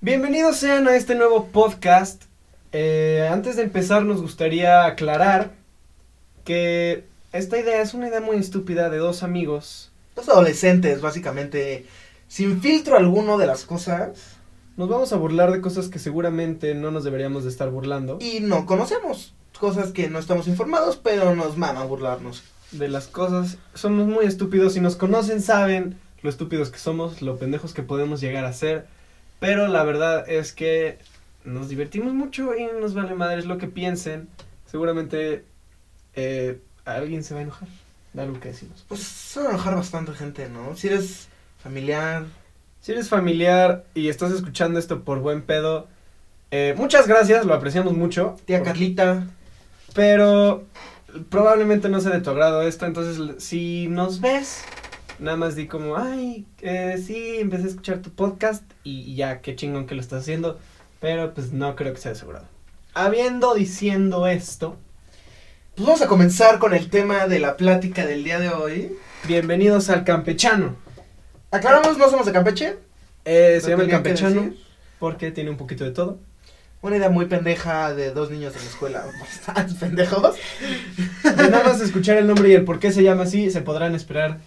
Bienvenidos sean a este nuevo podcast. Eh, antes de empezar nos gustaría aclarar que esta idea es una idea muy estúpida de dos amigos. Los adolescentes, básicamente, sin filtro alguno de las cosas Nos vamos a burlar de cosas que seguramente no nos deberíamos de estar burlando. y no conocemos. Cosas que no estamos informados, pero nos mama burlarnos. De las cosas, somos muy estúpidos. Si nos conocen saben lo estúpidos que somos, lo pendejos que podemos llegar a ser. Pero la verdad es que nos divertimos mucho y nos vale madres lo que piensen. Seguramente eh, alguien se va a enojar de algo que decimos. Pues se va a enojar bastante gente, ¿no? Si eres familiar, Si eres familiar y estás escuchando esto por buen pedo, eh, muchas gracias, lo apreciamos mucho. tía Por- Carlita, Pero probablemente no sea de tu agrado esto, entonces l- si nos ves, nada más di como, ay, eh, sí, empecé a escuchar tu podcast y y ya, qué chingón que lo estás haciendo, pero pues no creo que sea de su agrado. Habiendo diciendo esto, pues vamos a comenzar con el tema de la plática del día de hoy. bienvenidos al campechano. Aclaramos, no somos de Campeche. Eh, Lo se llama el tenía que campechano decir. porque tiene un poquito de todo. Una idea muy pendeja de dos niños de la escuela. Bastantes pendejos. De nada más escuchar el nombre y el por qué se llama así, se podrán esperar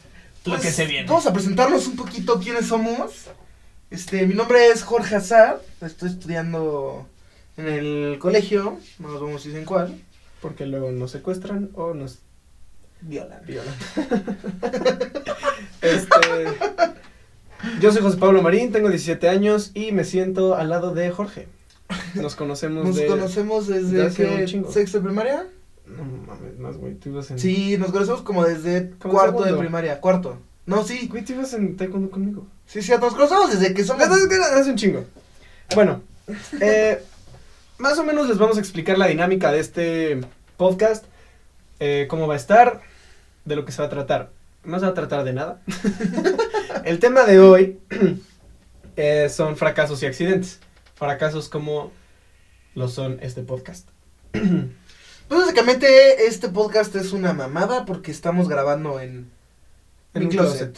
lo que Pues, se viene. Vamos a presentarnos un poquito quiénes somos. Este, mi nombre es Jorge Azar, estoy estudiando en el colegio, no nos vamos a decir en cuál. Porque luego nos secuestran o nos Violan. violan. este, yo soy José Pablo Marín, tengo 17 años y me siento al lado de Jorge. Nos conocemos Nos de... conocemos desde de hace que un chingo. sexto de primaria. No mames, más güey, tú ibas en... Sí, nos conocemos como desde Como cuarto de segundo. primaria, cuarto. No, sí, Güey, tú ibas en taekwondo conmigo. sí, sí, nos conocemos desde que somos... Hace un chingo. Bueno, eh, más o menos les vamos a explicar la dinámica de este podcast, eh, cómo va a estar, de lo que se va a tratar. No se va a tratar de nada. El tema de hoy eh, son fracasos y accidentes. Fracasos como lo son este podcast. Pues básicamente este podcast es una mamada porque estamos grabando en... En mi un closet.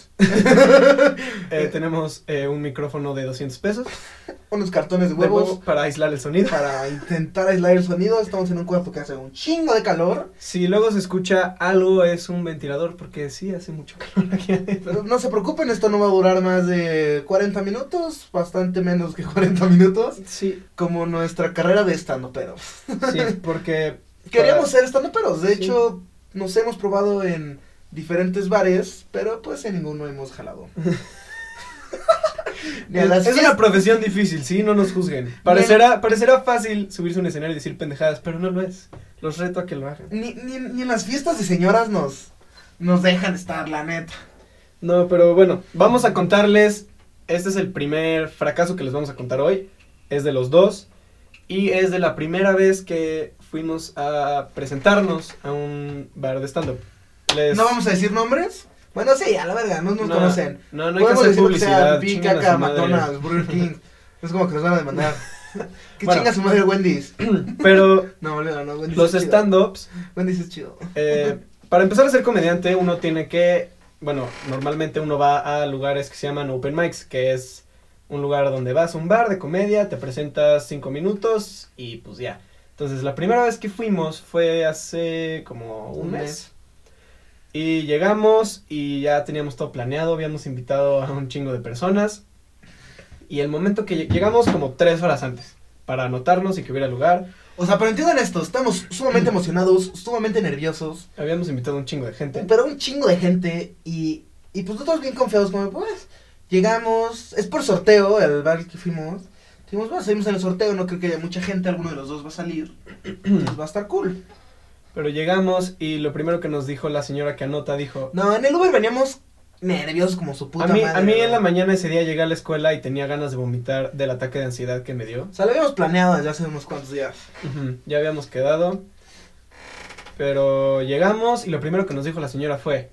Eh, tenemos eh, un micrófono de 200 pesos de Unos cartones de huevo huevos. para aislar el sonido. para intentar aislar el sonido. Estamos en un cuarto que hace un chingo de calor. Si luego se escucha algo es un ventilador porque sí hace mucho calor aquí adentro. Pero no se preocupen, esto no va a durar más de 40 minutos, bastante menos que 40 minutos, Sí, como nuestra carrera de estando pero. sí, porque Queríamos ser estando peros, de Sí. hecho nos hemos probado en diferentes bares, pero pues en ninguno hemos jalado. Ni a las es una fiestas- profesión difícil, sí, no nos juzguen. Parecerá, parecerá fácil subirse a un escenario y decir pendejadas, pero no lo es. Los reto a que lo hagan. ni, ni- ni en las fiestas de señoras nos, nos dejan estar, la neta. No, pero bueno, vamos a contarles. Este es el primer fracaso que les vamos a contar hoy. Es de los dos. Y es de la primera vez que fuimos a presentarnos a un bar de stand-up. Les- No vamos a decir nombres. Bueno, sí, a la verga, no nos conocen. No, no hay que Podemos hacer decir que sea publicidad. Big chinguen a Caca, su madre. McDonald's, Burger King. Es como que nos van a demandar. que Bueno. chinga su madre Wendy's. Pero No, boludo, no, Wendy's los es chido. stand-ups Wendy's es chido. Eh, para empezar a ser comediante, uno tiene que, bueno, normalmente uno va a lugares que se llaman open mics, que es un lugar donde vas a un bar de comedia, te presentas cinco minutos y pues ya. Entonces la primera vez que fuimos fue hace como un Un mes. Y llegamos y ya teníamos todo planeado, habíamos invitado a un chingo de personas. Y el momento que lleg- llegamos como tres horas antes, para anotarnos y que hubiera lugar. O sea, pero entiendan esto, estamos Mm. sumamente emocionados, sumamente nerviosos, Habíamos invitado a un chingo de gente. pero un chingo de gente y, y pues nosotros bien confiados como, pues, llegamos, es por sorteo el bar al que fuimos. Dijimos, bueno, seguimos en el sorteo, no creo que haya mucha gente, alguno de los dos va a salir, pues va a estar cool. Pero llegamos y lo primero que nos dijo la señora que anota dijo, No, en el Uber veníamos nerviosos como su puta a mí, madre. a mí en ¿no? la mañana ese día llegué a la escuela y tenía ganas de vomitar del ataque de ansiedad que me dio. O sea, lo habíamos planeado desde hace unos cuantos días. Ujú, Ya habíamos quedado. Pero llegamos y lo primero que nos dijo la señora fue,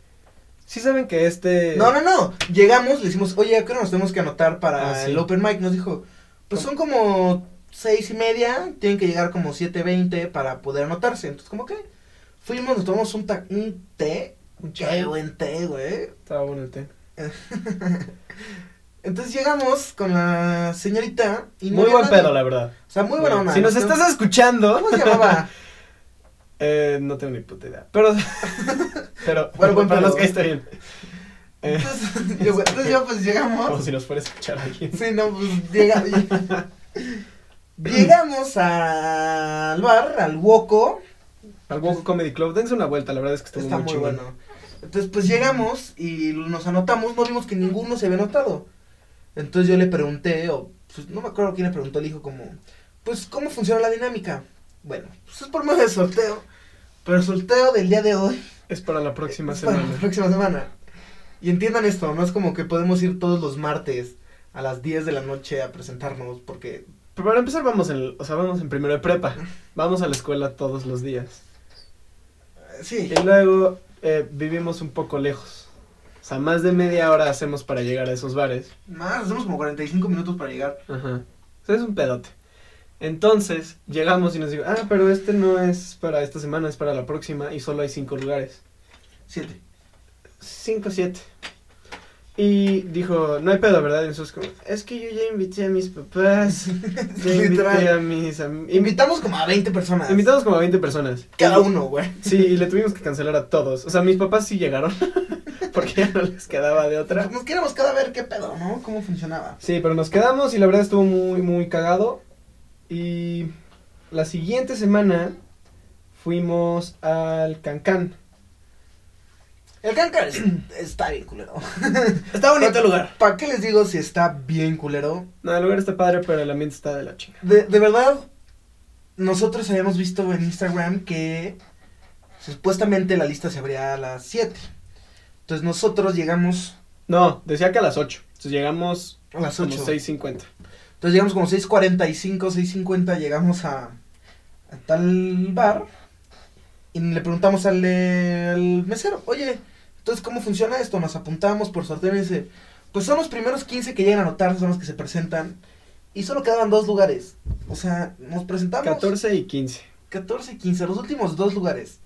¿sí saben que este... No, no, no. Llegamos, le dijimos, oye, ¿a qué hora nos tenemos que anotar para Ah, sí. el open mic? Nos dijo, pues son como seis y media, tienen que llegar como siete veinte para poder anotarse. Entonces, ¿cómo que? Fuimos, nos tomamos un, ta- un té. un Qué chavo, buen té, güey. Estaba bueno el té. Entonces llegamos con la señorita y no Muy había buen nadie. pedo, la verdad. O sea, muy buena onda. Si nos Entonces, estás escuchando. ¿Cómo se llamaba? Eh, no tengo ni puta idea. Pero. pero Bueno, buen para pedo. los que está bien. Eh, Entonces yo, entonces yo, pues como llegamos. si nos fuera a escuchar alguien. Sí, no, pues llega- llegamos al bar, al Woco. Al Woco Comedy Club, dense una vuelta, la verdad es que estuvo Está muy, muy chingón. bueno. Entonces, pues llegamos y nos anotamos, no vimos que ninguno se había anotado. Entonces yo le pregunté, o pues, no me acuerdo quién le preguntó, le dijo como, pues, ¿cómo funciona la dinámica? Bueno, pues es por medio de sorteo, pero el sorteo del día de hoy Es para la próxima es para semana. la próxima semana. Y entiendan esto, no es como que podemos ir todos los martes a las 10 de la noche a presentarnos, porque Pero para empezar vamos en, o sea, vamos en primero de prepa. Vamos a la escuela todos los días. eh, sí, Y luego eh, vivimos un poco lejos. O sea, más de media hora hacemos para llegar a esos bares. más, hacemos como 45 minutos para llegar. Ajá. O sea, es un pedote. Entonces, llegamos y nos digo, ah, pero este no es para esta semana, es para la próxima y solo hay cinco lugares. 7. Cinco, siete. Y dijo, no hay pedo, ¿verdad? Y nosotros como, es que yo ya invité a mis papás, ya invité Literal. a mis am- invi- Invitamos como a 20 personas. Invitamos como a 20 personas. Cada uno, güey. Sí, y le tuvimos que cancelar a todos. O sea, mis papás sí llegaron. Porque ya no les quedaba de otra. Nos queremos cada ver qué pedo, ¿no? Cómo funcionaba. Sí, pero nos quedamos y la verdad estuvo muy, muy cagado. Y la siguiente semana fuimos al Cancán. El Cancar es- está bien culero. Está ¿Para qué les digo si está bien culero? No, el lugar está padre, pero el ambiente está de la chinga. De, de verdad, nosotros habíamos visto en Instagram que supuestamente la lista se abría a las 7. Entonces nosotros llegamos No, decía que a las 8. Entonces llegamos a las como 8. 6.50. Entonces llegamos como 6.45, 6.50, llegamos a, a tal bar y le preguntamos al, eh, al mesero, oye, entonces ¿cómo funciona esto? Nos apuntamos por sorteo y dice, pues son los primeros 15 que llegan a anotarse, son los que se presentan y solo quedaban dos lugares. O sea, nos presentamos 14 y 15. 14 y 15, los últimos dos lugares.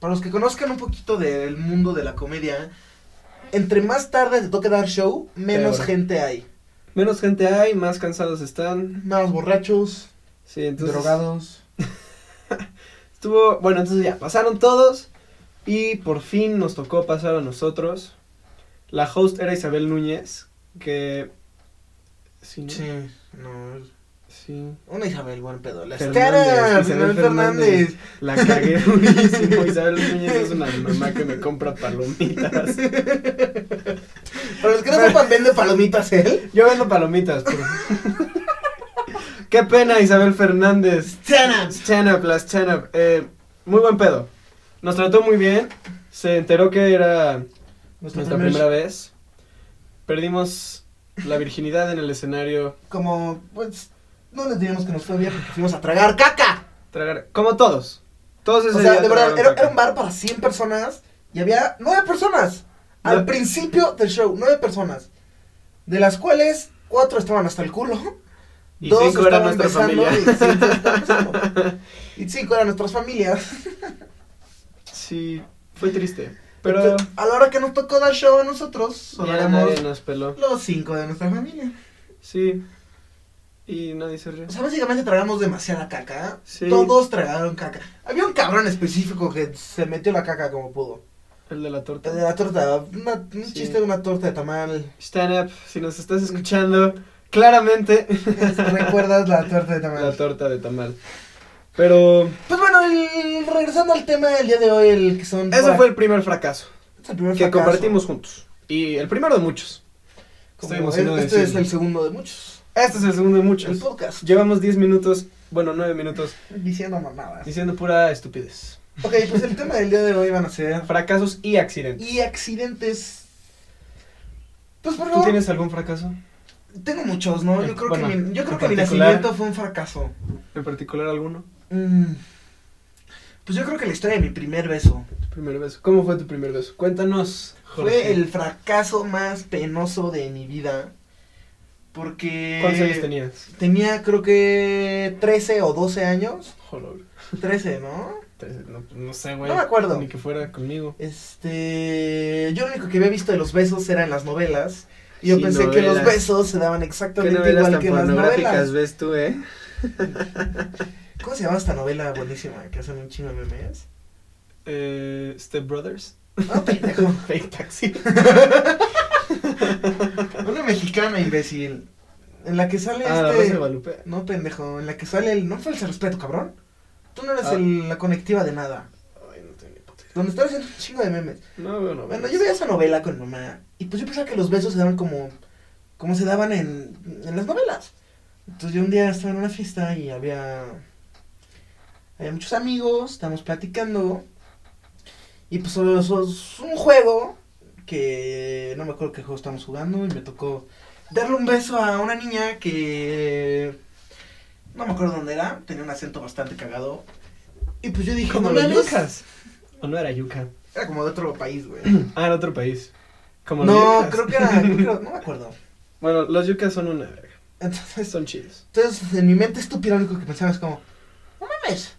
Para los que conozcan un poquito del mundo de la comedia, entre más tarde te toque dar show, menos Peor. gente hay. Menos gente hay, más cansados están. Más borrachos, Sí, entonces. drogados. Estuvo, bueno, entonces ya, pasaron todos y por fin nos tocó pasar a nosotros. La host era Isabel Núñez, que... Sí, ¿no? Sí, no. es- Sí. Una Isabel, buen pedo. La Fernández, Estera, Isabel Isabel Fernández. La cagué durísimo. Isabel Núñez es una mamá que me compra palomitas. Para los que no sepan, vende palomitas ¿eh? él. Yo vendo palomitas, pero... Qué pena, Isabel Fernández. Estera. Stand up, la stand up. Eh, muy buen pedo. Nos trató muy bien. Se enteró que era Nuestra primera vez. Perdimos la virginidad en el escenario. Como, pues, no les diríamos que nos fue bien porque fuimos a tragar caca. Tragar. Como todos. Todos ese O sea, día de verdad, tragaron era, caca. era un bar para 100 personas y había 9 personas. Al Nueve. principio del show, 9 personas. De las cuales, 4 estaban hasta el culo. Y dos cinco era estaban nuestra besando familia. y cinco estaban besando. Y 5 eran nuestras familias. Sí, fue triste. Pero Entonces, a la hora que nos tocó dar show a nosotros, solo ya éramos nadie nos peló. los cinco de nuestra familia. Sí. Y nadie se rió. O sea, básicamente tragamos demasiada caca. Sí. Todos tragaron caca. Había un cabrón específico que se metió la caca como pudo. El de la De torta. la torta, una- un Sí. chiste de una torta de tamal. Stand up, si nos estás escuchando, claramente ¿Recuerdas la torta de tamal? la torta de tamal. Pero pues bueno, el- regresando al tema del día de hoy, el que son... ese fue el primer fracaso Es el primer que fracaso. compartimos juntos. Y el primero de muchos. Como Estoy emocionado el- de Este es decirlo. el segundo de muchos. Este es el segundo de El muchos. podcast. Llevamos 10 minutos, bueno, 9 minutos, Diciendo mamadas. diciendo pura estupidez. Ok, pues el tema del día de hoy van a ser Fracasos y accidentes. y accidentes. Pues por ¿Tú favor, tienes algún fracaso? tengo muchos, ¿no? Yo creo Bueno, que mi, yo creo en que mi particular- nacimiento fue un fracaso. ¿En particular alguno? Mm. Pues yo creo que la historia de mi primer beso Tu primer beso. ¿Cómo fue tu primer beso? Cuéntanos. fue el fracaso más penoso de mi vida. Porque ¿Cuántos años tenías? tenía creo que 13 o 12 años, Joder. 13, ¿no? Tres- No, no sé, güey. No me acuerdo. Ni que fuera conmigo. Este, yo lo único que había visto de los besos era en las novelas Y yo Sí, pensé que novelas. los besos se daban ¿Qué exactamente novelas igual tan que en las novelas. pornográficas ves tú, eh? ¿Cómo se llama esta novela buenísima que hacen un chingo de memes? Eh, Step Brothers. No, pendejo. Fake Taxi. Una mexicana, imbécil. En la que sale Ah, la Rosa de este. Guadalupe. No, pendejo. En la que sale el. No false respeto, cabrón. Tú no eres Ah. el- la conectiva de nada. Ay, no tengo ni puta idea. Donde estaba haciendo un chingo de memes. No veo novelas. Bueno, yo veía esa novela con mamá. Y pues yo pensaba que los besos se daban como. Como se daban en, en las novelas. Entonces yo un día estaba en una fiesta y había. Había muchos amigos, estábamos platicando. Y pues sobre eso es un juego que no me acuerdo qué juego estábamos jugando y me tocó darle un beso a una niña que no me acuerdo dónde era, tenía un acento bastante cagado. Y pues yo dije, Como "No los mames". yucas. ¿O no era yuca? Era como de otro país, güey. Ah, era otro país. Como los No, yucas. creo que era, creo que era- no me acuerdo. Bueno, los yucas son una verga. Entonces, Son chidos. entonces en mi mente estúpida lo único que pensaba es como, no mames,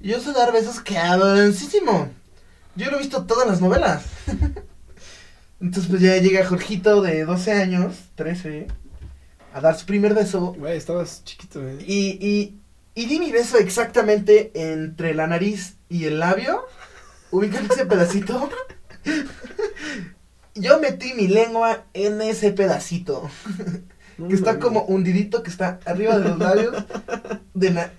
yo sé dar besos cabroncísimo. Yo lo he visto todas las novelas. Entonces pues ya llega Jorgito de 12 años, 13, a dar su primer beso. Güey, estabas chiquito, eh. Y, y, y di mi beso exactamente entre la nariz y el labio. Ubican ese pedacito. Yo metí mi lengua en ese pedacito. No Que está mames. como hundidito, que está arriba de los labios. De na-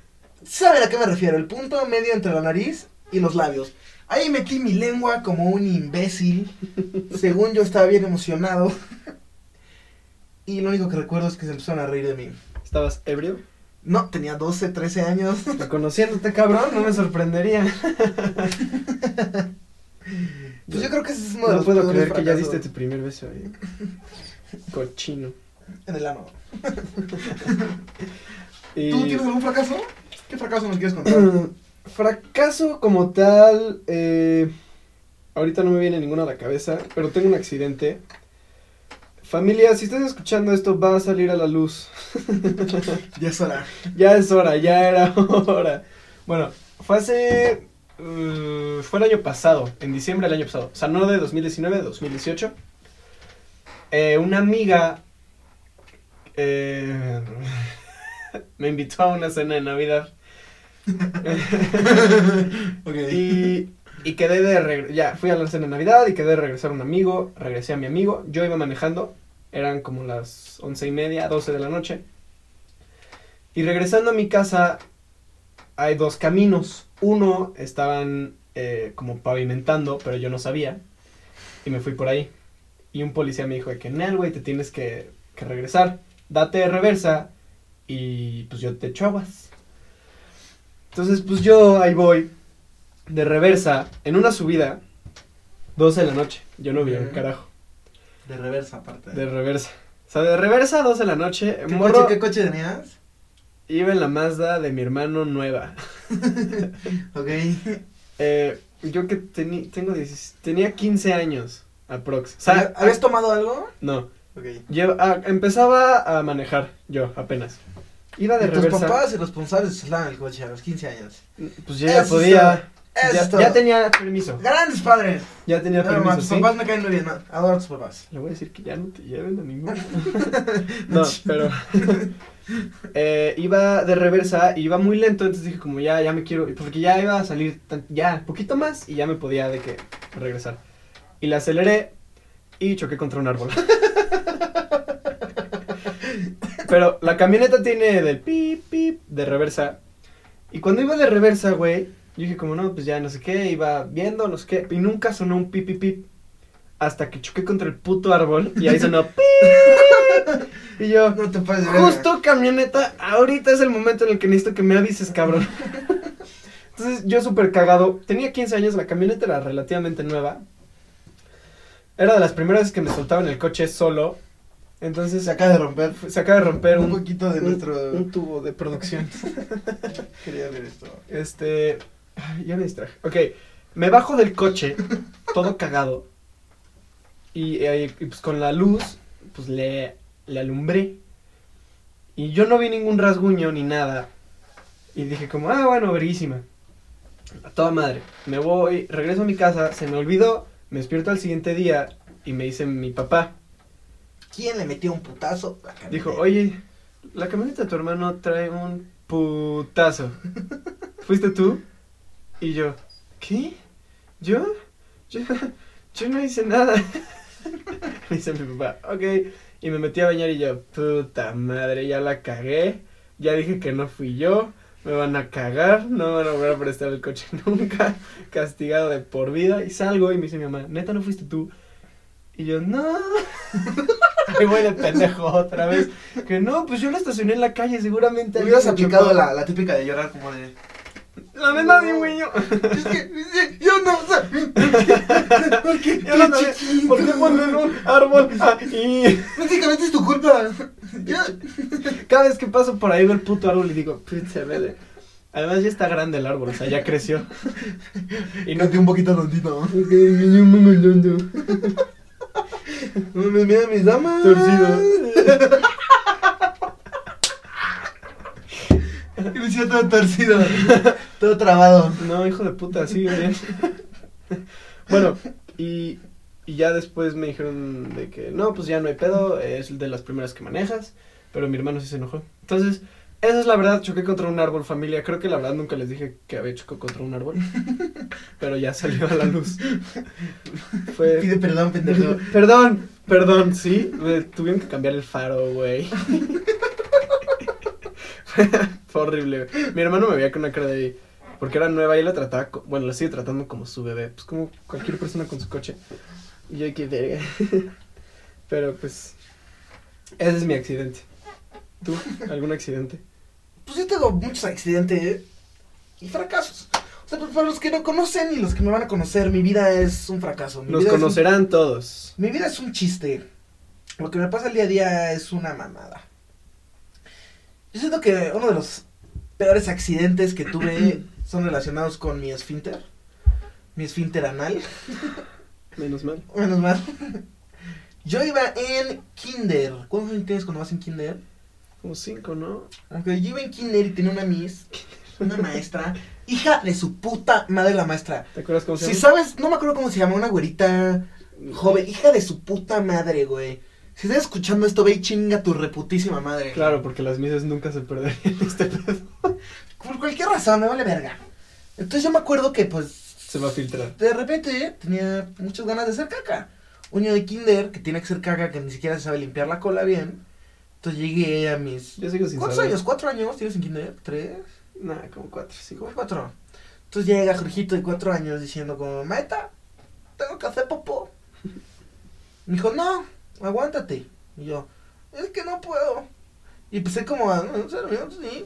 ¿Saben a qué me refiero? El punto medio entre la nariz y los labios. Ahí metí mi lengua como un imbécil. Según yo estaba bien emocionado. Y lo único que recuerdo es que se empezaron a reír de mí. Estabas ebrio. No, tenía 12, 13 años. Pues conociéndote, cabrón, no me sorprendería. Pues yo creo que ese es uno de No los puedo peores creer que ya fracasos. diste tu primer beso, eh. Cochino. En el ano. Y... ¿Tú tienes algún fracaso? ¿Qué fracaso nos quieres contar? Fracaso como tal, eh, ahorita no me viene ninguno a la cabeza, pero tengo un accidente. Familia, si estás escuchando esto, va a salir a la luz. ya es hora. Ya es hora, ya era hora. Bueno, fue hace... eh, fue el año pasado, en diciembre del año pasado. O sea, no de 2019, 2018. Eh, una amiga eh, me invitó a una cena de Navidad. ok. Y, y quedé de regresar, ya, fui a la cena de Navidad y quedé de regresar a un amigo, regresé a mi amigo, yo iba manejando, eran como las once y media, doce de la noche. Y regresando a mi casa hay dos caminos, uno estaban eh, como pavimentando, pero yo no sabía, y me fui por ahí. Y un policía me dijo de que, Nel, güey, te tienes que, que regresar, date de reversa y pues yo te echo aguas. Entonces, pues yo ahí voy, de reversa en una subida, 12 de la noche. Yo no vi un Ujú. carajo. De reversa, aparte. De reversa. O sea, de reversa, 12 de la noche. ¿Qué, Morro coche, ¿Qué coche tenías? iba en la Mazda de mi hermano nueva. Ok. Eh, yo que teni- tengo 16 tenía 15 años, aprox. O ¿Había- sea, ¿Habías tomado algo? no. Ok. Lleva- ah, empezaba a manejar yo apenas. Iba de Y tus reversa. papás y responsables usaban el coche a los 15 años. Pues yo ya Eso podía. es Ya, todo. ya tenía permiso. Grandes padres. Ya tenía No, ma, permiso, tus ¿sí? papás me caen muy bien. ma. Adoro a tus papás. Le voy a decir que ya no te lleven a ninguno. no, pero. eh, iba de reversa, iba muy lento, entonces dije, como ya, ya me quiero. Porque ya iba a salir, tan- ya, poquito más, y ya me podía de que regresar. Y la aceleré y choqué contra un árbol. pero la camioneta tiene del pip, pip, de reversa. Y cuando iba de reversa, güey, yo dije, como no, pues ya no sé qué, iba viendo, no sé qué. Y nunca sonó un pip, pip, pip. Hasta que choqué contra el puto árbol y ahí sonó pip. Y yo, No te pases de verga. Justo camioneta, ahorita es el momento en el que necesito que me avises, cabrón. Entonces yo súper cagado, tenía 15 años, la camioneta era relativamente nueva. Era de las primeras veces que me soltaba en el coche solo. Entonces Se acaba de romper. pues, se acaba de romper un, un, poquito de un- nuestro. un tubo de producción. Quería ver esto. Este. ay, Ya me distraje. Ok. Me bajo del coche, todo cagado. Y, eh, y, pues con la luz, pues le, le alumbré. Y yo no vi ningún rasguño ni nada. Y dije como, ah, bueno, verísima. A toda madre. Me voy, regreso a mi casa, se me olvidó, me despierto al siguiente día y me dice mi papá. ¿Quién le metió un putazo? La camioneta. Dijo, oye, la camioneta de tu hermano trae un putazo. ¿Fuiste tú? Y yo, ¿qué? ¿Yo? Yo, yo no hice nada. Me dice mi papá, ok. Y me metí a bañar y yo, puta madre, ya la cagué. Ya dije que no fui yo. Me van a cagar, no me van a volver a prestar el coche nunca. Castigado de por vida. Y salgo y me dice mi mamá, neta, no fuiste tú. Y yo, no. Ahí voy de pendejo otra vez. Que no, pues yo la estacioné en la calle, seguramente. Hubieras alguien me aplicado chocó". la, la típica de llorar como de... La neta de un niño. Es que yo no, o sea, ¿por qué? Yo no sabía por qué ponen un árbol ahí. Básicamente es tu culpa. Yo, Cada vez que paso por ahí veo el puto árbol y digo, pinche verde. Además ya está grande el árbol, o sea, ya creció. Y no... noté un poquito tontito. No me mira mis damas. Torcido. Y me siento todo torcido. Todo trabado. No, hijo de puta, sigue bien. bueno, y, y ya después me dijeron de que no, pues ya no hay pedo, es de las primeras que manejas, pero mi hermano sí se enojó. Entonces, esa es la verdad, choqué contra un árbol, familia. Creo que la verdad nunca les dije que había chocado contra un árbol, pero ya salió a la luz. Fue... Pide perdón, pendejo. Perdón, perdón, sí, me tuvieron que cambiar el faro, güey. Fue horrible. güey. Mi hermano me veía con una cara de... Porque era nueva y la trataba, co- bueno, la sigue tratando como su bebé, pues como cualquier persona con su coche. Y yo qué verga. Pero pues, ese es mi accidente. ¿Tú? ¿Algún accidente? Pues yo tengo muchos accidentes y fracasos. O sea, pues, para los que no conocen y los que me van a conocer, mi vida es un fracaso. Mi Nos vida es un- conocerán todos. Mi vida es un chiste. Lo que me pasa el día a día es una mamada. Yo siento que uno de los peores accidentes que tuve son relacionados con mi esfínter. Mi esfínter anal. Menos mal. Menos mal. Yo iba en kinder. ¿Cuántos años tienes cuando vas en kinder? Como cinco, ¿no? Aunque yo iba en kinder y tenía una miss, una maestra, hija de su puta madre la maestra. ¿Te acuerdas cómo se Si llama? sabes, no me acuerdo cómo se llama, una güerita Joven, hija de su puta madre, güey. Si estás escuchando esto, ve y chinga tu reputísima madre. Claro, porque las misas nunca se perderían este pedo. Por cualquier razón, me vale verga. Entonces yo me acuerdo que, pues, Se va a filtrar. de repente tenía muchas ganas de hacer caca. Un niño de kinder que tiene que hacer caca que ni siquiera sabe limpiar la cola bien. Entonces llegué a mis... Yo sigo sin ¿Cuántos saber. años? ¿Cuatro años? ¿Tienes en kinder? ¿Tres? Nada, como cuatro, cinco. ¿Cómo cuatro? Entonces llega Jorgito de cuatro años diciendo como, Maeta, tengo que hacer popó. Me dijo, no, aguántate. Y yo, es que no puedo. Y empecé como a, no sé, no sé".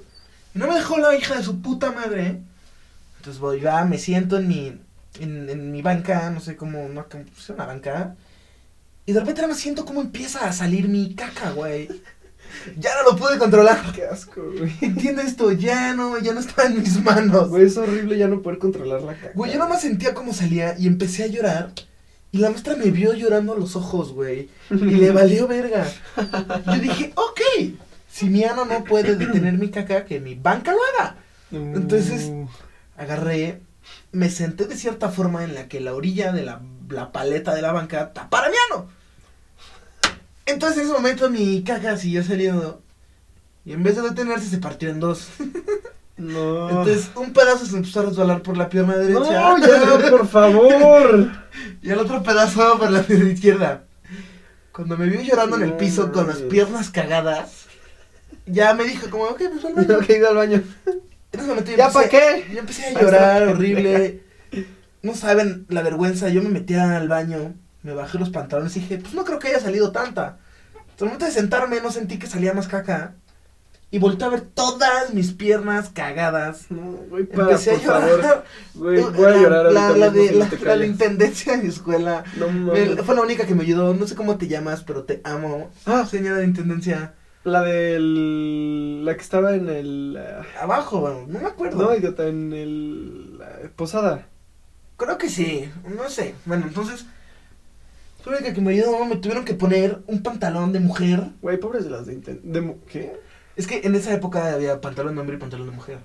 Y no me dejó la hija de su puta madre. ¿eh? Entonces voy, va, me siento en mi, en, en mi banca, no sé cómo, no, como- pues, una banca. Y de repente nada más siento cómo empieza a salir mi caca, güey. Ya no lo pude controlar. Qué asco, güey. Entiende esto, ya no, ya no estaba en mis manos. Güey, es horrible ya no poder controlar la caca. Güey, yo nada más sentía cómo salía y empecé a llorar. Y la maestra me vio llorando a los ojos, güey. Y le valió verga. Yo dije, ok, si mi ano no puede detener mi caca, que mi banca lo haga. No. Entonces- Agarré, me senté de cierta forma en la que la orilla de la, la paleta de la banca tapara mi ano. Entonces en ese momento mi caca siguió saliendo. Y en vez de detenerse se partió en dos. No. Entonces un pedazo se empezó a resbalar por la pierna derecha. No, ya, por favor. Y el otro pedazo por la pierna izquierda. Cuando me vio llorando en el No piso con las mames. piernas cagadas, ya me dijo como, ok, pues al baño". Tengo que ir al baño. En ese momento yo ¿Ya empecé- pa' qué? Yo empecé a Pa' llorar esta horrible. No saben la vergüenza. Yo me metí al baño, me bajé los pantalones y dije, pues no creo que haya salido tanta. Al momento de sentarme no sentí que salía más caca. Y volteé a ver todas mis piernas cagadas. No, güey, para, Empecé por a llorar. favor. Güey, voy a La- llorar la, ahorita la mismo de, si no la, te la de callas. intendencia de mi escuela. No Me- mames. fue la única que me ayudó. No sé cómo te llamas, pero te amo. Ah, señora de intendencia. La del... La que estaba en el... ah, Abajo, bueno, no me acuerdo. No, idiota, en el... ah, Posada. Creo que sí. No sé. Bueno, entonces. Fue la única que me ayudó. Me tuvieron que poner un pantalón de mujer. Güey, pobres de las de... inten- de mu- ¿Qué? Es que en esa época había pantalón de hombre y pantalón de mujer.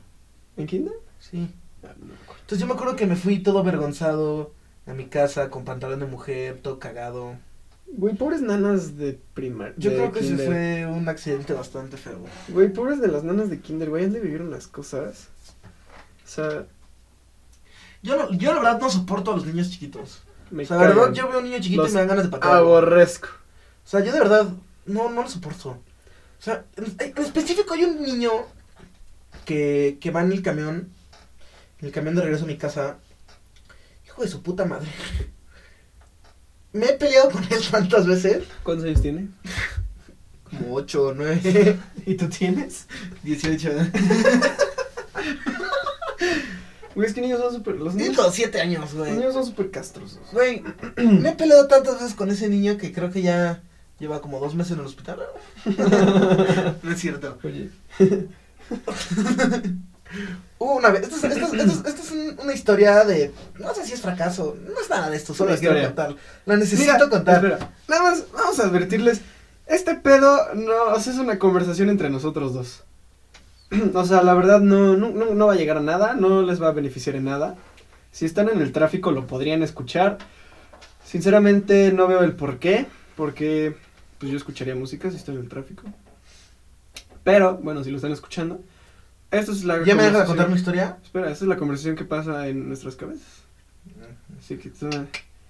¿En kinder? Sí. Ah, no me acuerdo. Entonces yo me acuerdo que me fui todo avergonzado a mi casa con pantalón de mujer, todo cagado. Güey, pobres nanas de primaria. Yo creo que ese fue un accidente bastante feo. güey. Güey, pobres de las nanas de kinder, güey, han de vivir unas cosas. O sea, Yo, no- yo la verdad no soporto a los niños chiquitos. me O sea, la verdad, cagan. yo veo a un niño chiquito Los y me dan ganas de patear. güey. Aborrezco. O sea, yo de verdad no, no lo soporto. O sea, en, en específico hay un niño que, que va en el camión, en el camión de regreso a mi casa. Hijo de su puta madre. Me he peleado con él tantas veces. ¿Cuántos años tiene? Como ocho o nueve. ¿Y tú tienes? 18. Güey, es que niños son súper. Los niños, Cinco o siete años, los güey. niños son súper castrosos. Güey, me he peleado tantas veces con ese niño que creo que ya lleva como dos meses en el hospital. no es cierto. Oye, Hubo una vez, esto es, esto es- esto es- esto es un- una historia de, no sé si es fracaso, no es nada de esto, solo Una la quiero historia. contar. La necesito contar. Espera, nada más vamos a advertirles. Este pedo no o sea, es una conversación entre nosotros dos. o sea, la verdad no, no, no- no va a llegar a nada, no les va a beneficiar en nada. Si están en el tráfico lo podrían escuchar. Sinceramente no veo el por qué, porque pues yo escucharía música si estoy en el tráfico. Pero, bueno, si lo están escuchando. Esto es la ¿Ya me dejas conversación- de contar mi historia? Espera, esta es la conversación que pasa en nuestras cabezas. Así que toma,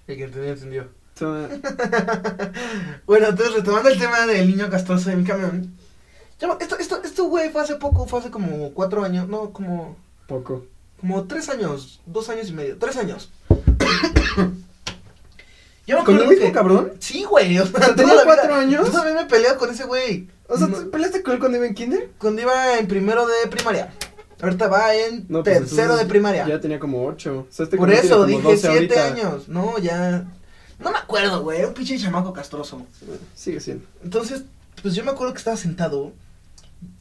El que entendió, entendió. toma. Bueno, entonces retomando el tema del niño castroso de mi camión. Chamo, Esto, esto, esto, güey, fue hace poco, fue hace como cuatro años, no, como, Poco. como tres años, dos años y medio, tres años. Yo me ¿Con acuerdo el mismo que- cabrón? Sí, güey, o sea, ¿Tenía toda la vida- cuatro años? Yo también me peleo con ese güey. O sea, No. ¿tú peleaste con él cuando iba en kinder? Cuando iba en primero de primaria. Ahorita va en tercero de primaria. pues, Ya tenía como 8. O sea, este Por cabrón tiene eso como dije 12 siete ahorita. años. No, ya. No me acuerdo, güey. Un pinche chamaco castroso. Sigue siendo. Entonces, pues yo me acuerdo que estaba sentado.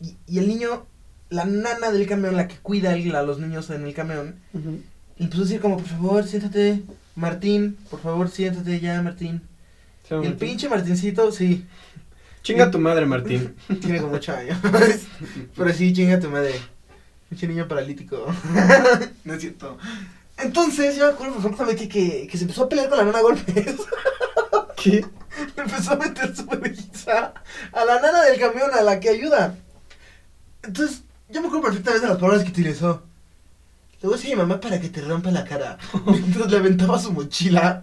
Y, y el niño, la nana del camión, la que cuida a los niños en el camión, le empezó a decir como, por favor, siéntate, Martín. Por favor, siéntate ya, Martín. Se llama Y el Martín. pinche Martincito, sí. Chinga tu madre, Martín. Tiene como ocho años. Pero sí, chinga tu madre. Pinche niño paralítico. no es cierto. Entonces, yo me acuerdo perfectamente que, que se empezó a pelear con la nana a golpes. ¿Qué? Le empezó a meter su vergüenza a la nana del camión, a la que ayuda. Entonces, yo me acuerdo perfectamente de las palabras que utilizó. Le voy a decir a mi mamá para que te rompa la cara. Mientras le aventaba su mochila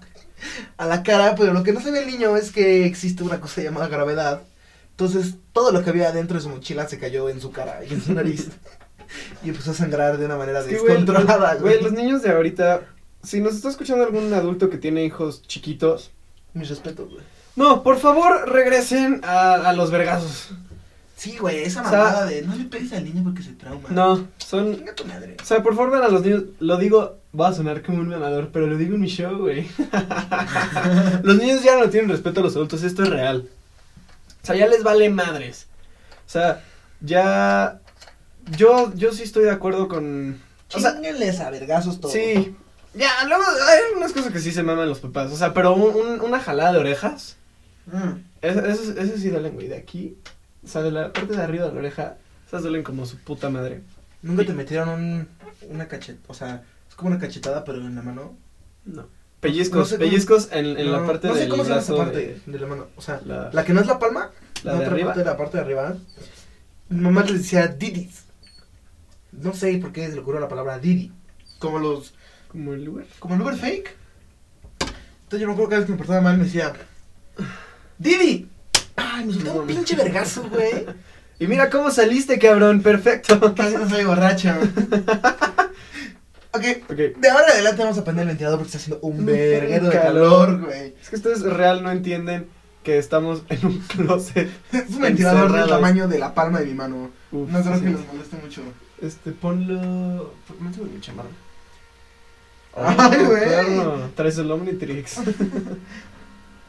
a la cara, pero lo que no sabía el niño es que existe una cosa llamada gravedad. Entonces, todo lo que había dentro de su mochila se cayó en su cara y en su nariz. y empezó a sangrar de una manera Es que, güey, descontrolada, güey, güey. los niños de ahorita. Si nos está escuchando algún adulto que tiene hijos chiquitos. Mis respetos, güey. No, por favor, regresen a, a los vergazos. Sí, güey, esa O sea- mamada de no le pegues al niño porque se trauma. No, son. Chinga tu madre. O sea, por favor, vean a los niños. Lo digo, va a sonar como un ganador, pero lo digo en mi show, güey. los niños ya no tienen respeto a los adultos, esto es real. O sea, ya les vale madres. O sea, ya. Yo, yo sí estoy de acuerdo con. O sea, Chínguenles a vergazos todo. sí. Ya, luego hay unas cosas que sí se maman los papás. O sea, pero un- un- una jalada de orejas. Mm. Eso, eso, eso sí duelen, güey. De aquí, o sea, de la parte de arriba de la oreja, esas duelen como su puta madre. Nunca te metieron un, una cachetada. O sea, es como una cachetada, pero en la mano. No. Pellizcos, No sé cómo- pellizcos en, en la No, parte No sé del cómo se llama esa brazo parte de- de... la mano. O sea, la, la, que no es la palma, la la de otra arriba. parte de la parte de arriba. Mi mamá les decía didis. No sé por qué se le ocurrió la palabra didi. Como los. Como el lugar. Como el Uber fake. Entonces yo me acuerdo que cada vez que me portaba mal me decía. ¡Didi! Ay, me soltó No un mames. pinche vergazo, güey. Y mira cómo saliste, cabrón. Perfecto. Casi no soy borracha, güey. ok, ok. De ahora en adelante vamos a poner el ventilador porque está haciendo un Un verguero de calor. calor, güey. Es que ustedes real no entienden que estamos en un closet. Es un ventilador del Encerrados. tamaño de la palma de mi mano. Uf, No creo sí. que les moleste mucho. Este, ponlo. pon- No tengo mi chamarra. Ay, Ay, güey. perro, Traes el Omnitrix. Creo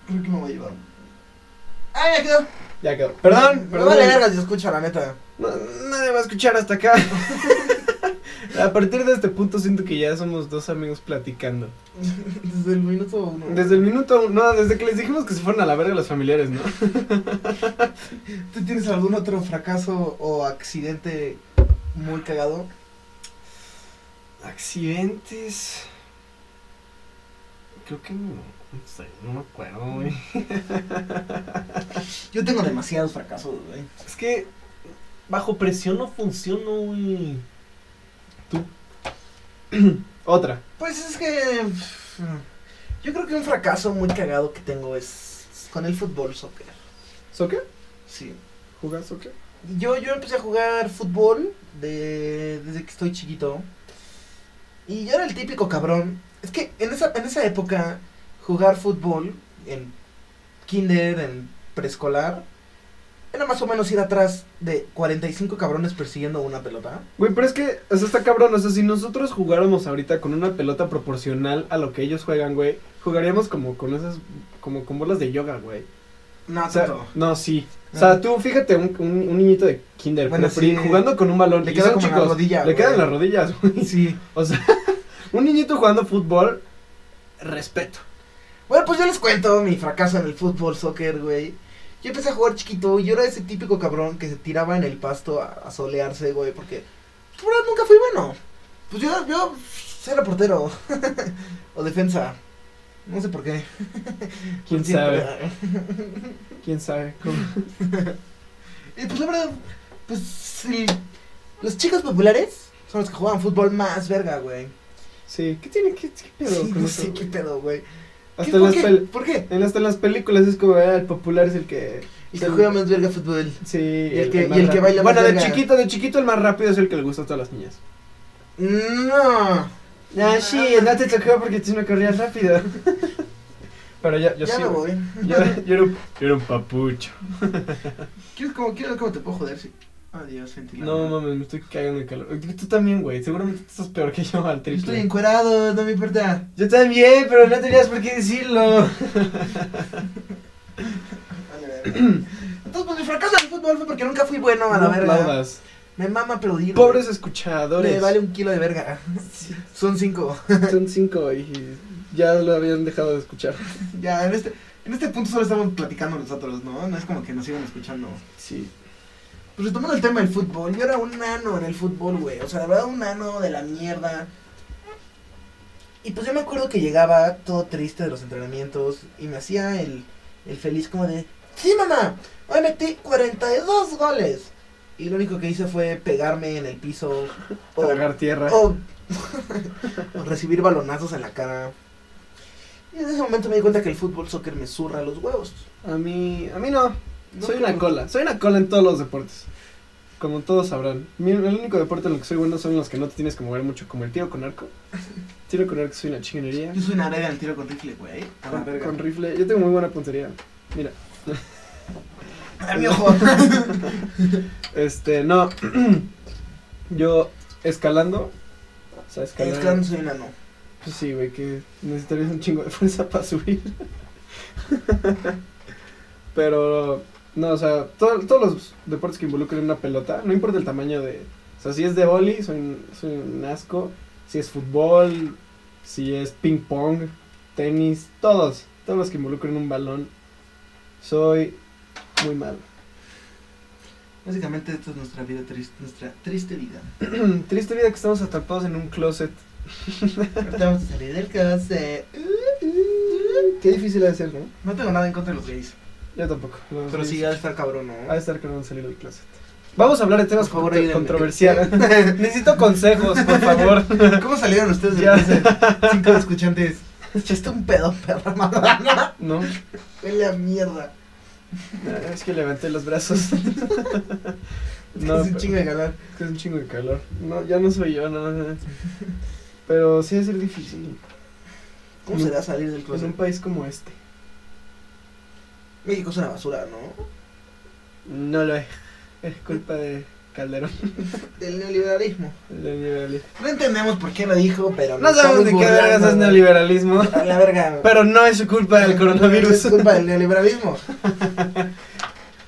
que me voy a llevar. ¡Ah, ya quedó! ya quedó. Perdón, Me perdón. vale verga si escucha, la neta. No, nadie va a escuchar hasta acá. A partir de este punto siento que ya somos dos amigos platicando. Desde el minuto uno. Desde el minuto, no, desde que les dijimos que se fueron a la verga los familiares, ¿no? ¿Tú tienes algún otro fracaso o accidente muy cagado? Accidentes. Creo que no, no sé, no me acuerdo, güey. Yo tengo demasiados fracasos, güey. Es que bajo presión no funciono, güey. Tú. Otra. Pues es que. pff, Yo creo que un fracaso muy cagado que tengo es con el fútbol soccer. ¿Soccer? Sí. ¿Jugás soccer? Yo, yo empecé a jugar fútbol de- desde que estoy chiquito. Y yo era el típico cabrón. Es que en esa, en esa época, jugar fútbol en kinder, en preescolar, era más o menos ir atrás de 45 cabrones persiguiendo una pelota. Güey, pero es que, o sea, está cabrón. O sea, si nosotros jugáramos ahorita con una pelota proporcional a lo que ellos juegan, güey, jugaríamos como con esas, como con bolas de yoga, güey. No, O sea, tanto. no, sí. O sea, tú fíjate, un, un- un niñito de kinder Bueno, prefri- sí. jugando con un balón. Le y queda son como en la rodilla, Le güey. quedan las rodillas, güey. Sí. O sea, un niñito jugando fútbol, respeto. Bueno, pues yo les cuento mi fracaso en el fútbol, soccer, güey. Yo empecé a jugar chiquito y yo era ese típico cabrón que se tiraba en el pasto a, a solearse, güey, porque la verdad, nunca fui bueno. Pues yo, yo era portero o defensa. No sé por qué. ¿Quién Siempre- ah, sabe? ¿Quién sabe? cómo? Y pues la verdad, pues sí. Los chicos populares son los que jugaban fútbol más verga, güey. Sí, ¿qué tiene? ¿Qué, qué pedo Sí, con no eso, sé güey? qué pedo, güey. ¿Qué- Hasta ¿Por las qué? pel- ¿Por qué? en- hasta en las películas es como, ah, el popular es el que... Y Sí. que juega más verga fútbol. Sí, el que- más y el que rápido. baila más Bueno, de verga. chiquito, de chiquito el más rápido es el que le gusta a todas las niñas. No. Ah, sí, no te tocó porque tú no corrías rápido. Pero ya, yo ya sí, me güey. voy. Yo, yo era un, yo era un papucho. ¿Quieres como, quiero ver cómo te puedo joder? Sí. Adiós, gentil. No mames, me estoy cagando de calor. Tú también, güey. Seguramente estás peor que yo al Yo triple. Estoy encuerado, no me importa. Yo también, pero no tenías por qué decirlo. Vale, verga. Entonces, pues mi fracaso en el fútbol fue porque nunca fui bueno a la No verga. aplaudas. Me mama aplaudir. Pobres güey. escuchadores. Me vale un kilo de verga. Sí, Son cinco. Son cinco y ya lo habían dejado de escuchar. ya, en este, en este punto solo estamos platicando nosotros, ¿no? No es como que nos iban escuchando. Sí. Pues retomando el tema del fútbol, yo era un nano en el fútbol, güey. O sea, de verdad, un nano de la mierda. Y pues yo me acuerdo que llegaba todo triste de los entrenamientos y me hacía el, el feliz como de, sí mamá, hoy metí 42 goles. Y lo único que hice fue pegarme en el piso o, Tragar tierra. o- o recibir balonazos en la cara. Y en ese momento me di cuenta que el fútbol soccer me zurra los huevos. A mí, a mí no. No Soy como- una cola. Soy una cola en todos los deportes. Como todos sabrán. Mi- el único deporte en el que soy bueno son los que no te tienes que mover mucho, como el tiro con arco. Tiro con arco soy una chingonería. Yo soy una verga al tiro Ah, con rifle, güey. A la Con, verga. con rifle. Yo tengo muy buena puntería. Mira. A mi ojo. Este, no. Yo escalando. O sea, escalando. Escalando soy nano. Pues sí, güey, que necesitarías un chingo de fuerza para subir. Pero, no, o sea, todo- todos los deportes que involucren una pelota, no importa el tamaño de... O sea, si es de vóley, soy, un- soy un asco. Si es fútbol, si es ping pong, tenis, todos. Todos los que involucren un balón, soy muy malo. Básicamente esto es nuestra vida triste, nuestra triste vida. Triste vida que estamos atrapados en un closet. Ahorita vamos a salir del closet. Qué difícil de ser, ¿no? No tengo nada en contra de los gays. Yo tampoco. no Pero soy- sí, ya de estar cabrón, ¿no? Ha de estar queriendo salir del closet. Vamos a hablar de temas Por favor, contro- ayúdenme. controversiales. Necesito consejos, por favor. ¿Cómo salieron ustedes del Ya. closet? Cinco escuchantes. Echaste un pedo, perra madana. No, eh, Huele a mierda. es que levanté los brazos. No, No, es un pero- chingo de ganar. es que es un chingo de calor. No, ya no soy yo, no. no. Pero sí es ser difícil ¿Cómo No. será salir del en closet? un país como este. México es una basura, ¿no? No lo es. Es culpa de Calderón, Del neoliberalismo. del neoliberalismo. No entendemos por qué lo dijo, pero No nos sabemos de estamos qué vergas burlando, es güey. neoliberalismo, A la verga. pero no es su culpa del Es coronavirus. culpa del neoliberalismo.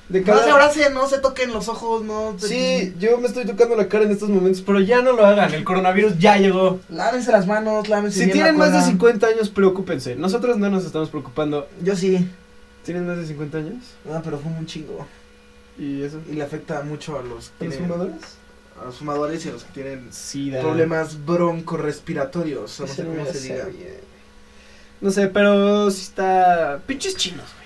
De No cada- se abracen, no se toquen los ojos, no. se- Sí, yo me estoy tocando la cara en estos momentos, pero ya no lo hagan. El coronavirus ya llegó. Lávense las manos, lávense Si bien la tienen más de cola. 50 años, preocúpense. Nosotros no nos estamos preocupando. Yo sí. ¿Tienen más de 50 años? No, pero fumo un chingo. ¿Y eso? Y le afecta mucho a los ¿A que los tienen- fumadores? a los fumadores y a los que tienen Sí, eh. problemas broncorespiratorios. O no sé cómo se diga. No sé, pero sí está. Pinches chinos, güey.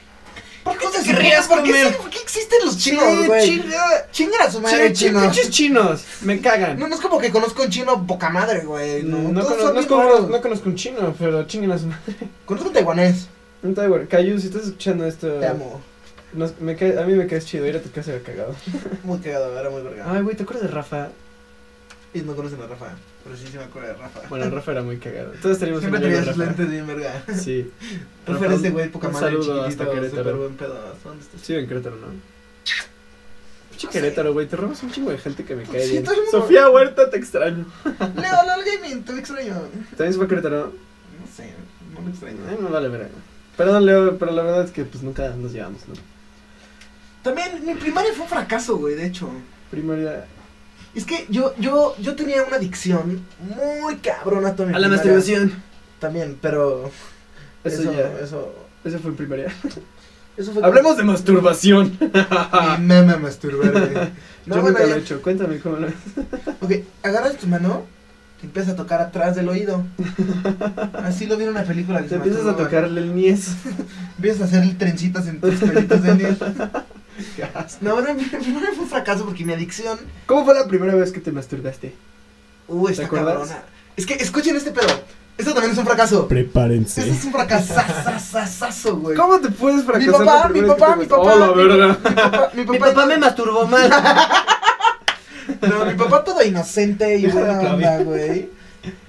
¿Por qué Cosas te querrías por ¿Por qué, comer. sí- por qué existen los Sí, chinos, güey? chinga- Chinga a su sí, madre, chi- chino. Pinches chinos. Me cagan. Eh, No, no es como que conozco un chino boca madre, güey. No, No, Todos cono- son no es bien como- raros. no conozco un chino, pero chinguen a su madre. Conozco un taiwanés. No está igual. Cayu, si estás escuchando esto. Te amo. nos- me cae- a mí me caes chido, ir a tu casa era cagado. Muy cagado, era muy verga. Ay, güey, ¿te acuerdas de Rafa? Y no conocen a Rafa. Pero sí se me acuerda de Rafa. Bueno, Rafa era muy cagado. Todos teníamos Siempre un gallo tenía de sus Rafa. lentes bien verga. Sí. Rafa era ese güey, poca un madre, saludo hasta chiquitito, Querétaro. súper buen pedo. ¿Dónde estás? Sí, en Querétaro, ¿no? Pinche No sé. Querétaro, güey, te robas un chingo de gente que me cae Sí, bien. todo el mundo- Sofía Huerta, te extraño. Leo, Lol Gaming, te extraño. También se fue a Querétaro. No sé, no me extraño. ¿eh? Ay, me vale verga. Perdón, Leo, pero la verdad es que pues nunca nos llevamos, ¿no? También, mi primaria fue un fracaso, güey, de hecho. Primaria. Es que yo, yo, yo tenía una adicción muy cabrona toda mi A la primaria. masturbación. También, pero Eso, eso, ya. eso, Eso fue en primaria. eso fue... Hablemos de masturbación. Mi meme masturbar, güey. No, Yo bueno, nunca lo ya. he hecho. Cuéntame cómo lo Ok, agarras tu mano, te empiezas a tocar atrás del oído. Así lo vi en una película. que Te se empiezas a masturbaba. tocarle el niés. Empiezas a hacer trencitas en tus pelitos de nieve. No, bueno, mi primaria fue un fracaso porque mi adicción ¿Cómo fue la primera vez que te masturbaste? Uh, ¿Te está acuerdas? cabrona. Es que escuchen este pedo. Esto también es un fracaso. Prepárense. Este es un fracasazazazazo, güey. ¿Cómo te puedes fracasar? Mi papá, la primera mi vez que te mastur- papá, mi papá, Oh, la mi- verga. Mi papá, mi papá, masturbó mal. no, mi papá todo inocente y Deja de buena aplaudir. onda, güey.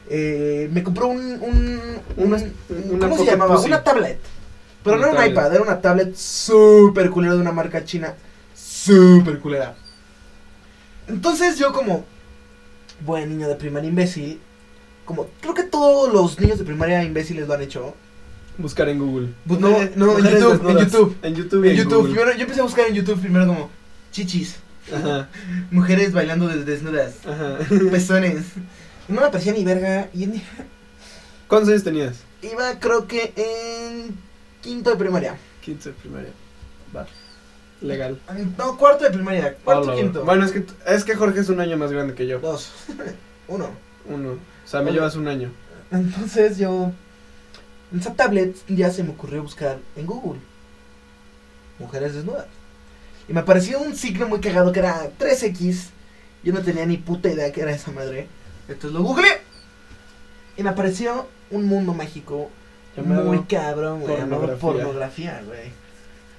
Eh, me compró un, un, un- Una- un- una ¿cómo se pocket llamaba? pussy. Una tablet. Pero Una no era un tablet. iPad, era una tablet súper culera de una marca china. Súper culera. Entonces yo como buen niño de primaria imbécil, como creo que todos los niños de primaria imbéciles lo han hecho. Buscar en Google. Pues no, no, en Mujeres YouTube, en desnudas. YouTube. En YouTube y En YouTube, Google. primero, yo empecé a buscar en YouTube primero como chichis, Ajá, mujeres bailando des- desnudas, ajá. pezones. No me aparecía ni verga. Y en- ¿Cuántos años tenías? iba creo que en quinto de primaria. 15 de primaria. Va. Legal. No, cuarto de primaria. Cuarto, Hola, quinto. Bueno, es que, t- es que Jorge es un año más grande que yo. Dos. Uno. Uno. O sea, me Hola. llevas un año. Entonces yo... En esa tablet ya se me ocurrió buscar en Google. Mujeres desnudas. Y me apareció un signo muy cagado que era 3X. Yo no tenía ni puta idea que era esa madre. Entonces lo googleé. Y me apareció un mundo mágico Llamado- muy cabrón, güey. Llamado pornografía. pornografía, güey.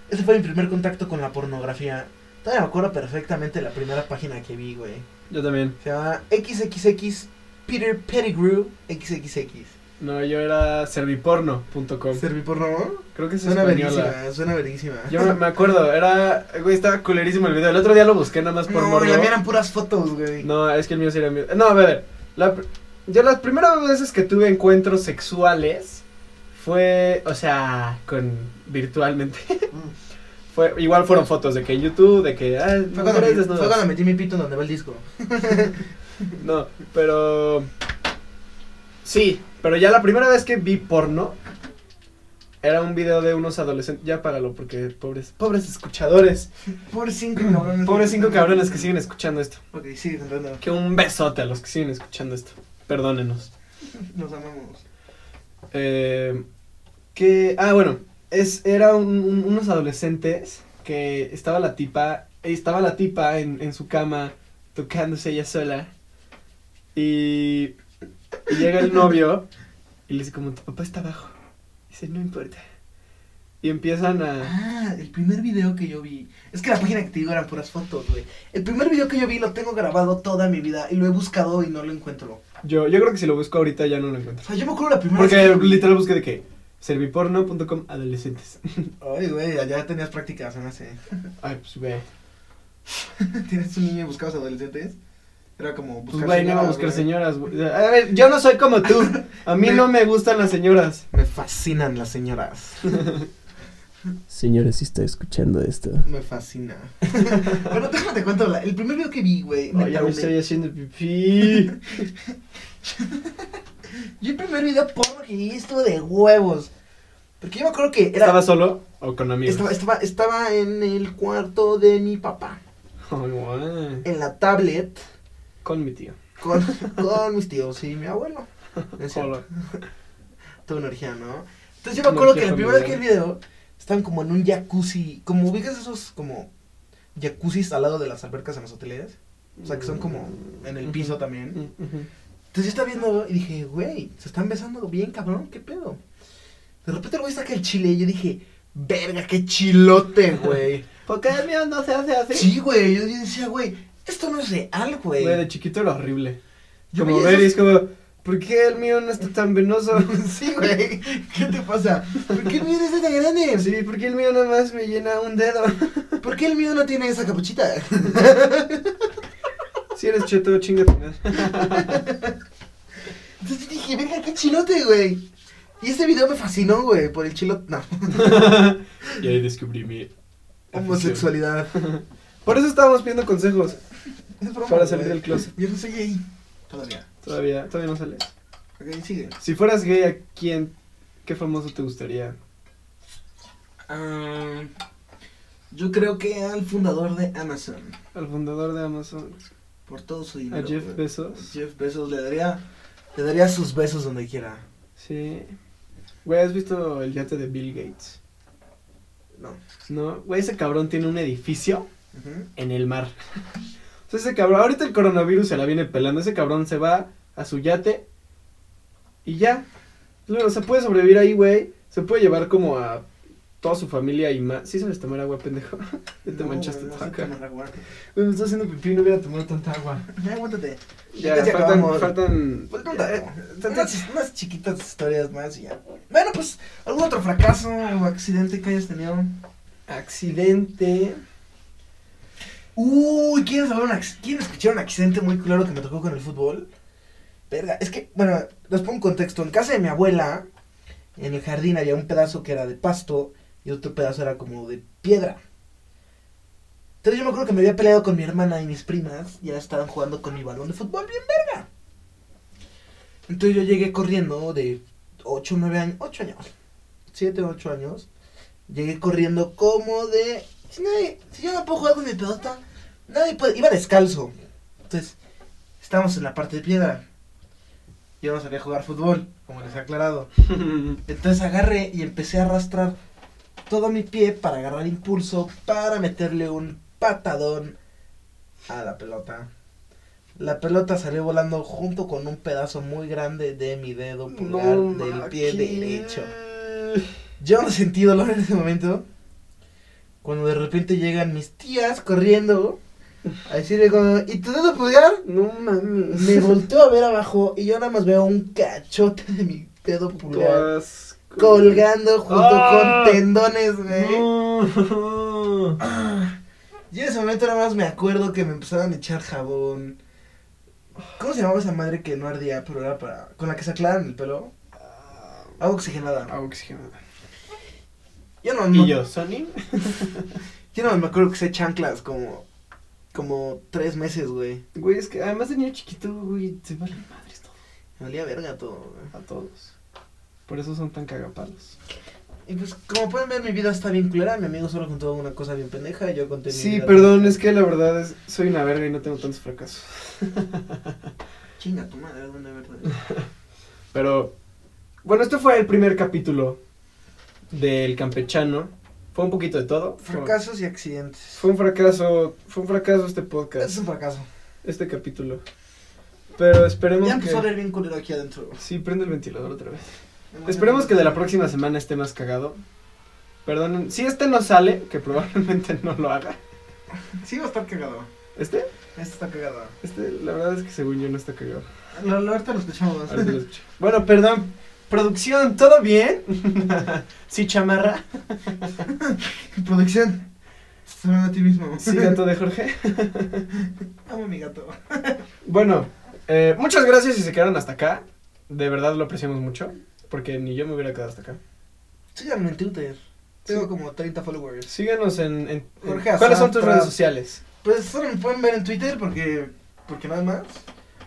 Ese fue mi primer contacto con la pornografía. Todavía me acuerdo perfectamente la primera página que vi, güey. Yo también. Se llama XXX Peter Pettigrew XXX. No, yo era serviporno.com. ¿Serviporno? Creo que es Suena española. verguísima, suena verguísima. Yo me- me acuerdo, era. Güey, estaba culerísimo el video. El otro día lo busqué nada más por No, morbo. la mía eran puras fotos, güey. No, es que el mío sí era mío. No, a ver. La, pr- yo las primeras veces que tuve encuentros sexuales fue, o sea, con virtualmente. Mm. fue igual fueron fotos de que en YouTube, de que ah, Fue, cuando mujeres me- desnudas. fue cuando metí mi pito donde va el disco. No, pero sí, pero ya la primera vez que vi porno era un video de unos adolescentes, ya páralo porque pobres pobres escuchadores, Pobres cinco cabrones. pobres cinco cabrones que siguen escuchando esto. Ok, sigue contando. Que un besote a los que siguen escuchando esto. Perdónenos. Nos amamos. Eh, que, ah, bueno, es, era un- un- unos adolescentes que estaba la tipa, eh, estaba la tipa en, en su cama tocándose ella sola y, y llega el novio y le dice como, tu papá está abajo. Dice, no importa. Y empiezan a... Ah, el primer video que yo vi. Es que la página que te digo eran puras fotos, güey. El primer video que yo vi lo tengo grabado toda mi vida y lo he buscado y no lo encuentro. Yo, yo creo que si lo busco ahorita ya no lo O encuentro. sea, yo me acuerdo la primera vez Porque que lo vi. literal busqué de qué. Serviporno.com adolescentes. Ay, güey, allá tenías prácticas, no sé. Ay, pues, güey. ¿Tienes un niño y buscabas adolescentes? Era como Pues, güey, no iba a señora, buscar güey. señoras, güey. A ver, yo no soy como tú. A mí no me gustan las señoras. Me fascinan las señoras. Señora, si está escuchando esto. Me fascina. bueno, déjame te cuento. la- el primer video que vi, güey. me Ay, Oh, ya me traumé. estoy haciendo pipí. Yo el primer video porno que vi estuvo de huevos. Porque yo me acuerdo que era. ¿Estaba solo o con amigos? estaba, estaba, estaba en el cuarto de mi papá. Ay, guau. En la tablet. Con mi tío. Con, con mis tíos y mi abuelo. Es Solo. cierto. Tuve una orgía, ¿no? Entonces yo me acuerdo No, que la qué primera vez que vi el familiar. video, estaban como en un jacuzzi, como ubicas esos como jacuzzis al lado de las albercas en los hoteles, o sea que son como en el piso Ujú. también. Ujú. Entonces yo estaba viendo y dije, güey, se están besando bien, cabrón, qué pedo. De repente el güey saca el chile y yo dije, verga, qué chilote, güey. ¿Por qué el mío no se hace así? sí, güey, yo, yo decía, güey, esto no es real, güey. Güey, de chiquito era horrible. Yo Como veía ver, y es esos- como, ¿por qué el mío no está tan venoso? Sí, güey, ¿qué te pasa? ¿Por qué el mío es tan grande? Sí, ¿por qué el mío nada más me llena un dedo? ¿Por qué el mío no tiene esa capuchita? Si eres cheto, chinga tu madre. Entonces yo dije, verga, qué chilote, güey. Y este video me fascinó, güey, por el chilote, no, Y ahí descubrí mi homosexualidad. Por eso estábamos pidiendo consejos Es broma, para salir güey. del closet. Yo no soy gay, todavía. Todavía, todavía no sale. Ok, sigue. Si fueras gay, ¿a quién? ¿Qué famoso te gustaría? Ah, yo creo que al fundador de Amazon, ¿Al fundador de Amazon? por todo su ¿A dinero. Jeff güey. Bezos? Jeff Bezos le daría, le daría sus besos donde quiera. Sí. Güey, ¿has visto el yate de Bill Gates? No. No, güey, ese cabrón tiene un edificio en el mar. O sea, ese cabrón, ahorita el coronavirus se la viene pelando. Ese cabrón se va a su yate y ya. Bueno, se puede sobrevivir ahí, güey. Se puede llevar como a toda su familia y más. Sí, sabes tomar agua, pendejo. Ya te No, manchaste güey, tu no sé jaca. tomar agua. Güey, Pues, me está haciendo pipí, no hubiera tomado tanta agua. Ya, aguántate. Ya, Ya faltan, acabamos. faltan. Pues cuenta, eh, tantas- unas, unas chiquitas historias más y ya. Bueno, pues, ¿algún otro fracaso o accidente que hayas tenido? Accidente. Uy, ¿quieren saber un acc- ¿quieren escuchar un accidente muy claro que me tocó con el fútbol? Verga, es que, bueno, les pongo en contexto. En casa de mi abuela, en el jardín había un pedazo que era de pasto y otro pedazo era como de piedra. Entonces yo me acuerdo que me había peleado con mi hermana y mis primas, ya estaban jugando con mi balón de fútbol bien verga. Entonces yo llegué corriendo de 8, 9 años, 8 años, 7, 8 años. Llegué corriendo como de... Si, nadie- si yo no puedo jugar con mi pelota, nadie puede... Iba descalzo. Entonces, estábamos en la parte de piedra. Yo no sabía jugar fútbol, como les he aclarado. Entonces agarré y empecé a arrastrar todo mi pie para agarrar impulso, para meterle un patadón a la pelota. La pelota salió volando junto con un pedazo muy grande de mi dedo pulgar del pie derecho. Yo no sentí dolor en ese momento. Cuando de repente llegan mis tías corriendo a decirme como, ¿y tu dedo pulgar? No mames. Me volteo a ver abajo y yo nada más veo un cachote de mi dedo pulgar Todas colgando junto ¡Ah! con tendones, güey. No. Yo en ese momento nada más me acuerdo que me empezaron a echar jabón. ¿Cómo se llamaba esa madre que no ardía, pero era para... con la que se aclaran el pelo? Agua Ah, oxigenada. Agua oxigenada. Yo no, no- Ah. Y yo, Sony. Yo no me acuerdo que se chanclas como... como tres meses, güey. Güey, es que además de niño chiquito, güey, te vale madres todo. Me valía verga todo, güey. A todos. Por eso son tan cagapalos. Y pues, como pueden ver, mi vida está bien culera. Mi amigo solo contó una cosa bien pendeja y yo conté mi Sí, vida perdón, es que la verdad es, soy una verga y no tengo tantos fracasos. Chinga tu madre, una verdad. Pero, bueno, este fue el primer capítulo del campechano. Fue un poquito de todo. Fue- Fracasos y accidentes. Fue un fracaso, fue un fracaso este Es podcast, un fracaso. este capítulo. Pero esperemos Ya que... empezó a ver bien culero aquí adentro. Sí, prende el ventilador otra vez. Esperemos que de la próxima semana esté más cagado. Perdón, si este no sale, que probablemente no lo haga. Sí, va a estar cagado. Este, Esto está cagado. este, la verdad es que según yo no está cagado. Lo, lo, ahorita lo escuchamos. Ahorita lo escucho. Bueno, perdón. Producción, ¿todo bien? sí, chamarra. Producción. Estás hablando a ti mismo. Sí, gato de Jorge. Amo a mi gato. Bueno, eh, muchas gracias si se quedaron hasta acá. De verdad lo apreciamos mucho. Porque ni yo me hubiera quedado hasta acá. Síganme en Twitter. Tengo Sí. como 30 followers. Síganos en. en- en- Jorge ¿Cuáles son Azar, tus Trap. redes sociales? Pues solo me pueden ver en Twitter porque. Porque nada más.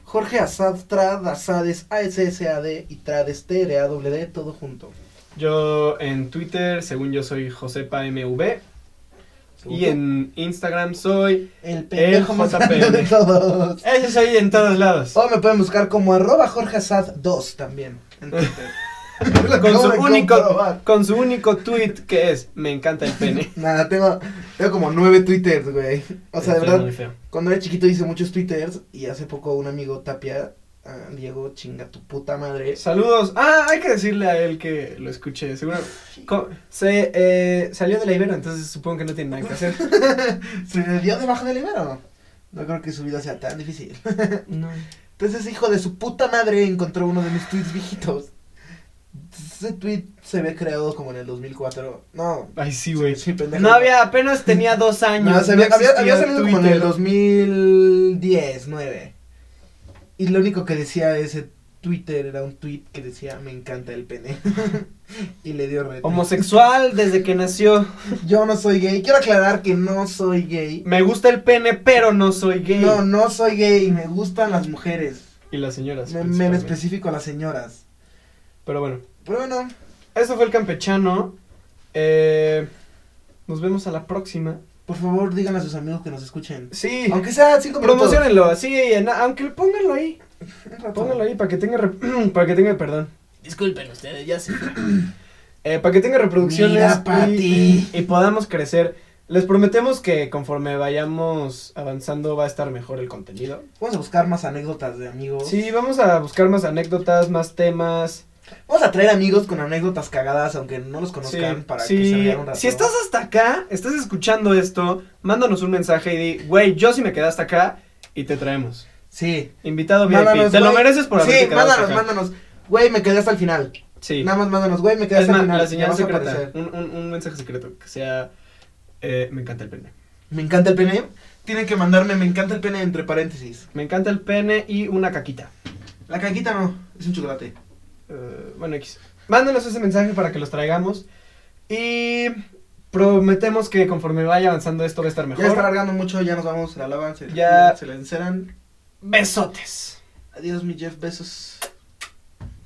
Jorge Asad Trad, Asades, A S S A D y Trad es T R A W D, todo junto. Yo en Twitter, según yo, soy JosepaMV. Y en Instagram soy. el pendejo más grande JPM. de todos. Ese soy en todos lados. O me pueden buscar como arroba Jorge Asad 2 también. En Twitter. Lo Con acabo su de único- comprobar. Con su único tweet que es, me encanta el pene. Nada, tengo, tengo como nueve twitters, güey. O sea, Estoy de verdad, muy feo. cuando era chiquito hice muchos twitters y hace poco un amigo tapia, ah, Diego, chinga tu puta madre. Saludos. Ah, hay que decirle a él que lo escuche. Seguro. co- Se eh, salió de la Ibero, entonces supongo que no tiene nada que hacer. ¿Se le dio debajo del Ibero? No creo que su vida sea tan difícil. No. Entonces, hijo de su puta madre, encontró uno de mis tweets viejitos. Ese tweet se ve creado como en el 2004. No, Ay, sí, güey. sí, pendejo. No había, apenas tenía dos No, años. se había, no había- existía había salido como en Twitter. el 2010, 9. Y lo único que decía ese Twitter era un tweet que decía, me encanta el pene. y le dio reto. Homosexual desde que nació. Yo no soy gay. Quiero aclarar que no soy gay. Me gusta el pene, pero no soy gay. No, no soy gay. Me gustan las mujeres. Y las señoras. Me, me en principalmente. específico a las señoras. Pero bueno, Pero bueno, eso fue el campechano. Eh, nos vemos a la próxima. por favor, díganle a sus amigos que nos escuchen. Sí. Aunque sea cinco minutos. Promocionenlo, sí, en- aunque pónganlo ahí. Un rato. Pónganlo ahí para que tenga, rep- para que tenga, perdón. Disculpen ustedes, ya sé. Eh, para que tenga reproducciones Mira, Pati. y, y podamos crecer. Les prometemos que conforme vayamos avanzando va a estar mejor el contenido. Vamos a buscar más anécdotas de amigos. Sí, vamos a buscar más anécdotas, más temas. Vamos a traer amigos con anécdotas cagadas, aunque no los conozcan, Sí, para sí. que se rían un rato. Si estás hasta acá, estás escuchando esto, mándanos un mensaje y di, güey, yo sí me quedé hasta acá y te traemos. Sí. Invitado VIP. Mándanos, te lo güey. mereces por haberte Sí, quedado hasta mándanos, acá. mándanos. Güey, me quedé hasta el final. Sí. Nada más mándanos, güey, me quedé Es hasta más, el final. la Ya señal vas a secreta. aparecer. Un, un- un mensaje secreto que sea. eh, me encanta el pene. Me encanta el pene. Tienen que mandarme, me encanta el pene entre paréntesis. Me encanta el pene y una caquita. La cajita no, es un chocolate. Eh, bueno, X. Mándenos ese mensaje para que los traigamos. Y prometemos que conforme vaya avanzando esto va a estar mejor. Ya está alargando mucho, ya nos vamos, se la lavan, se, Ya. se la enceran. Besotes. Adiós, mi Jeff, besos.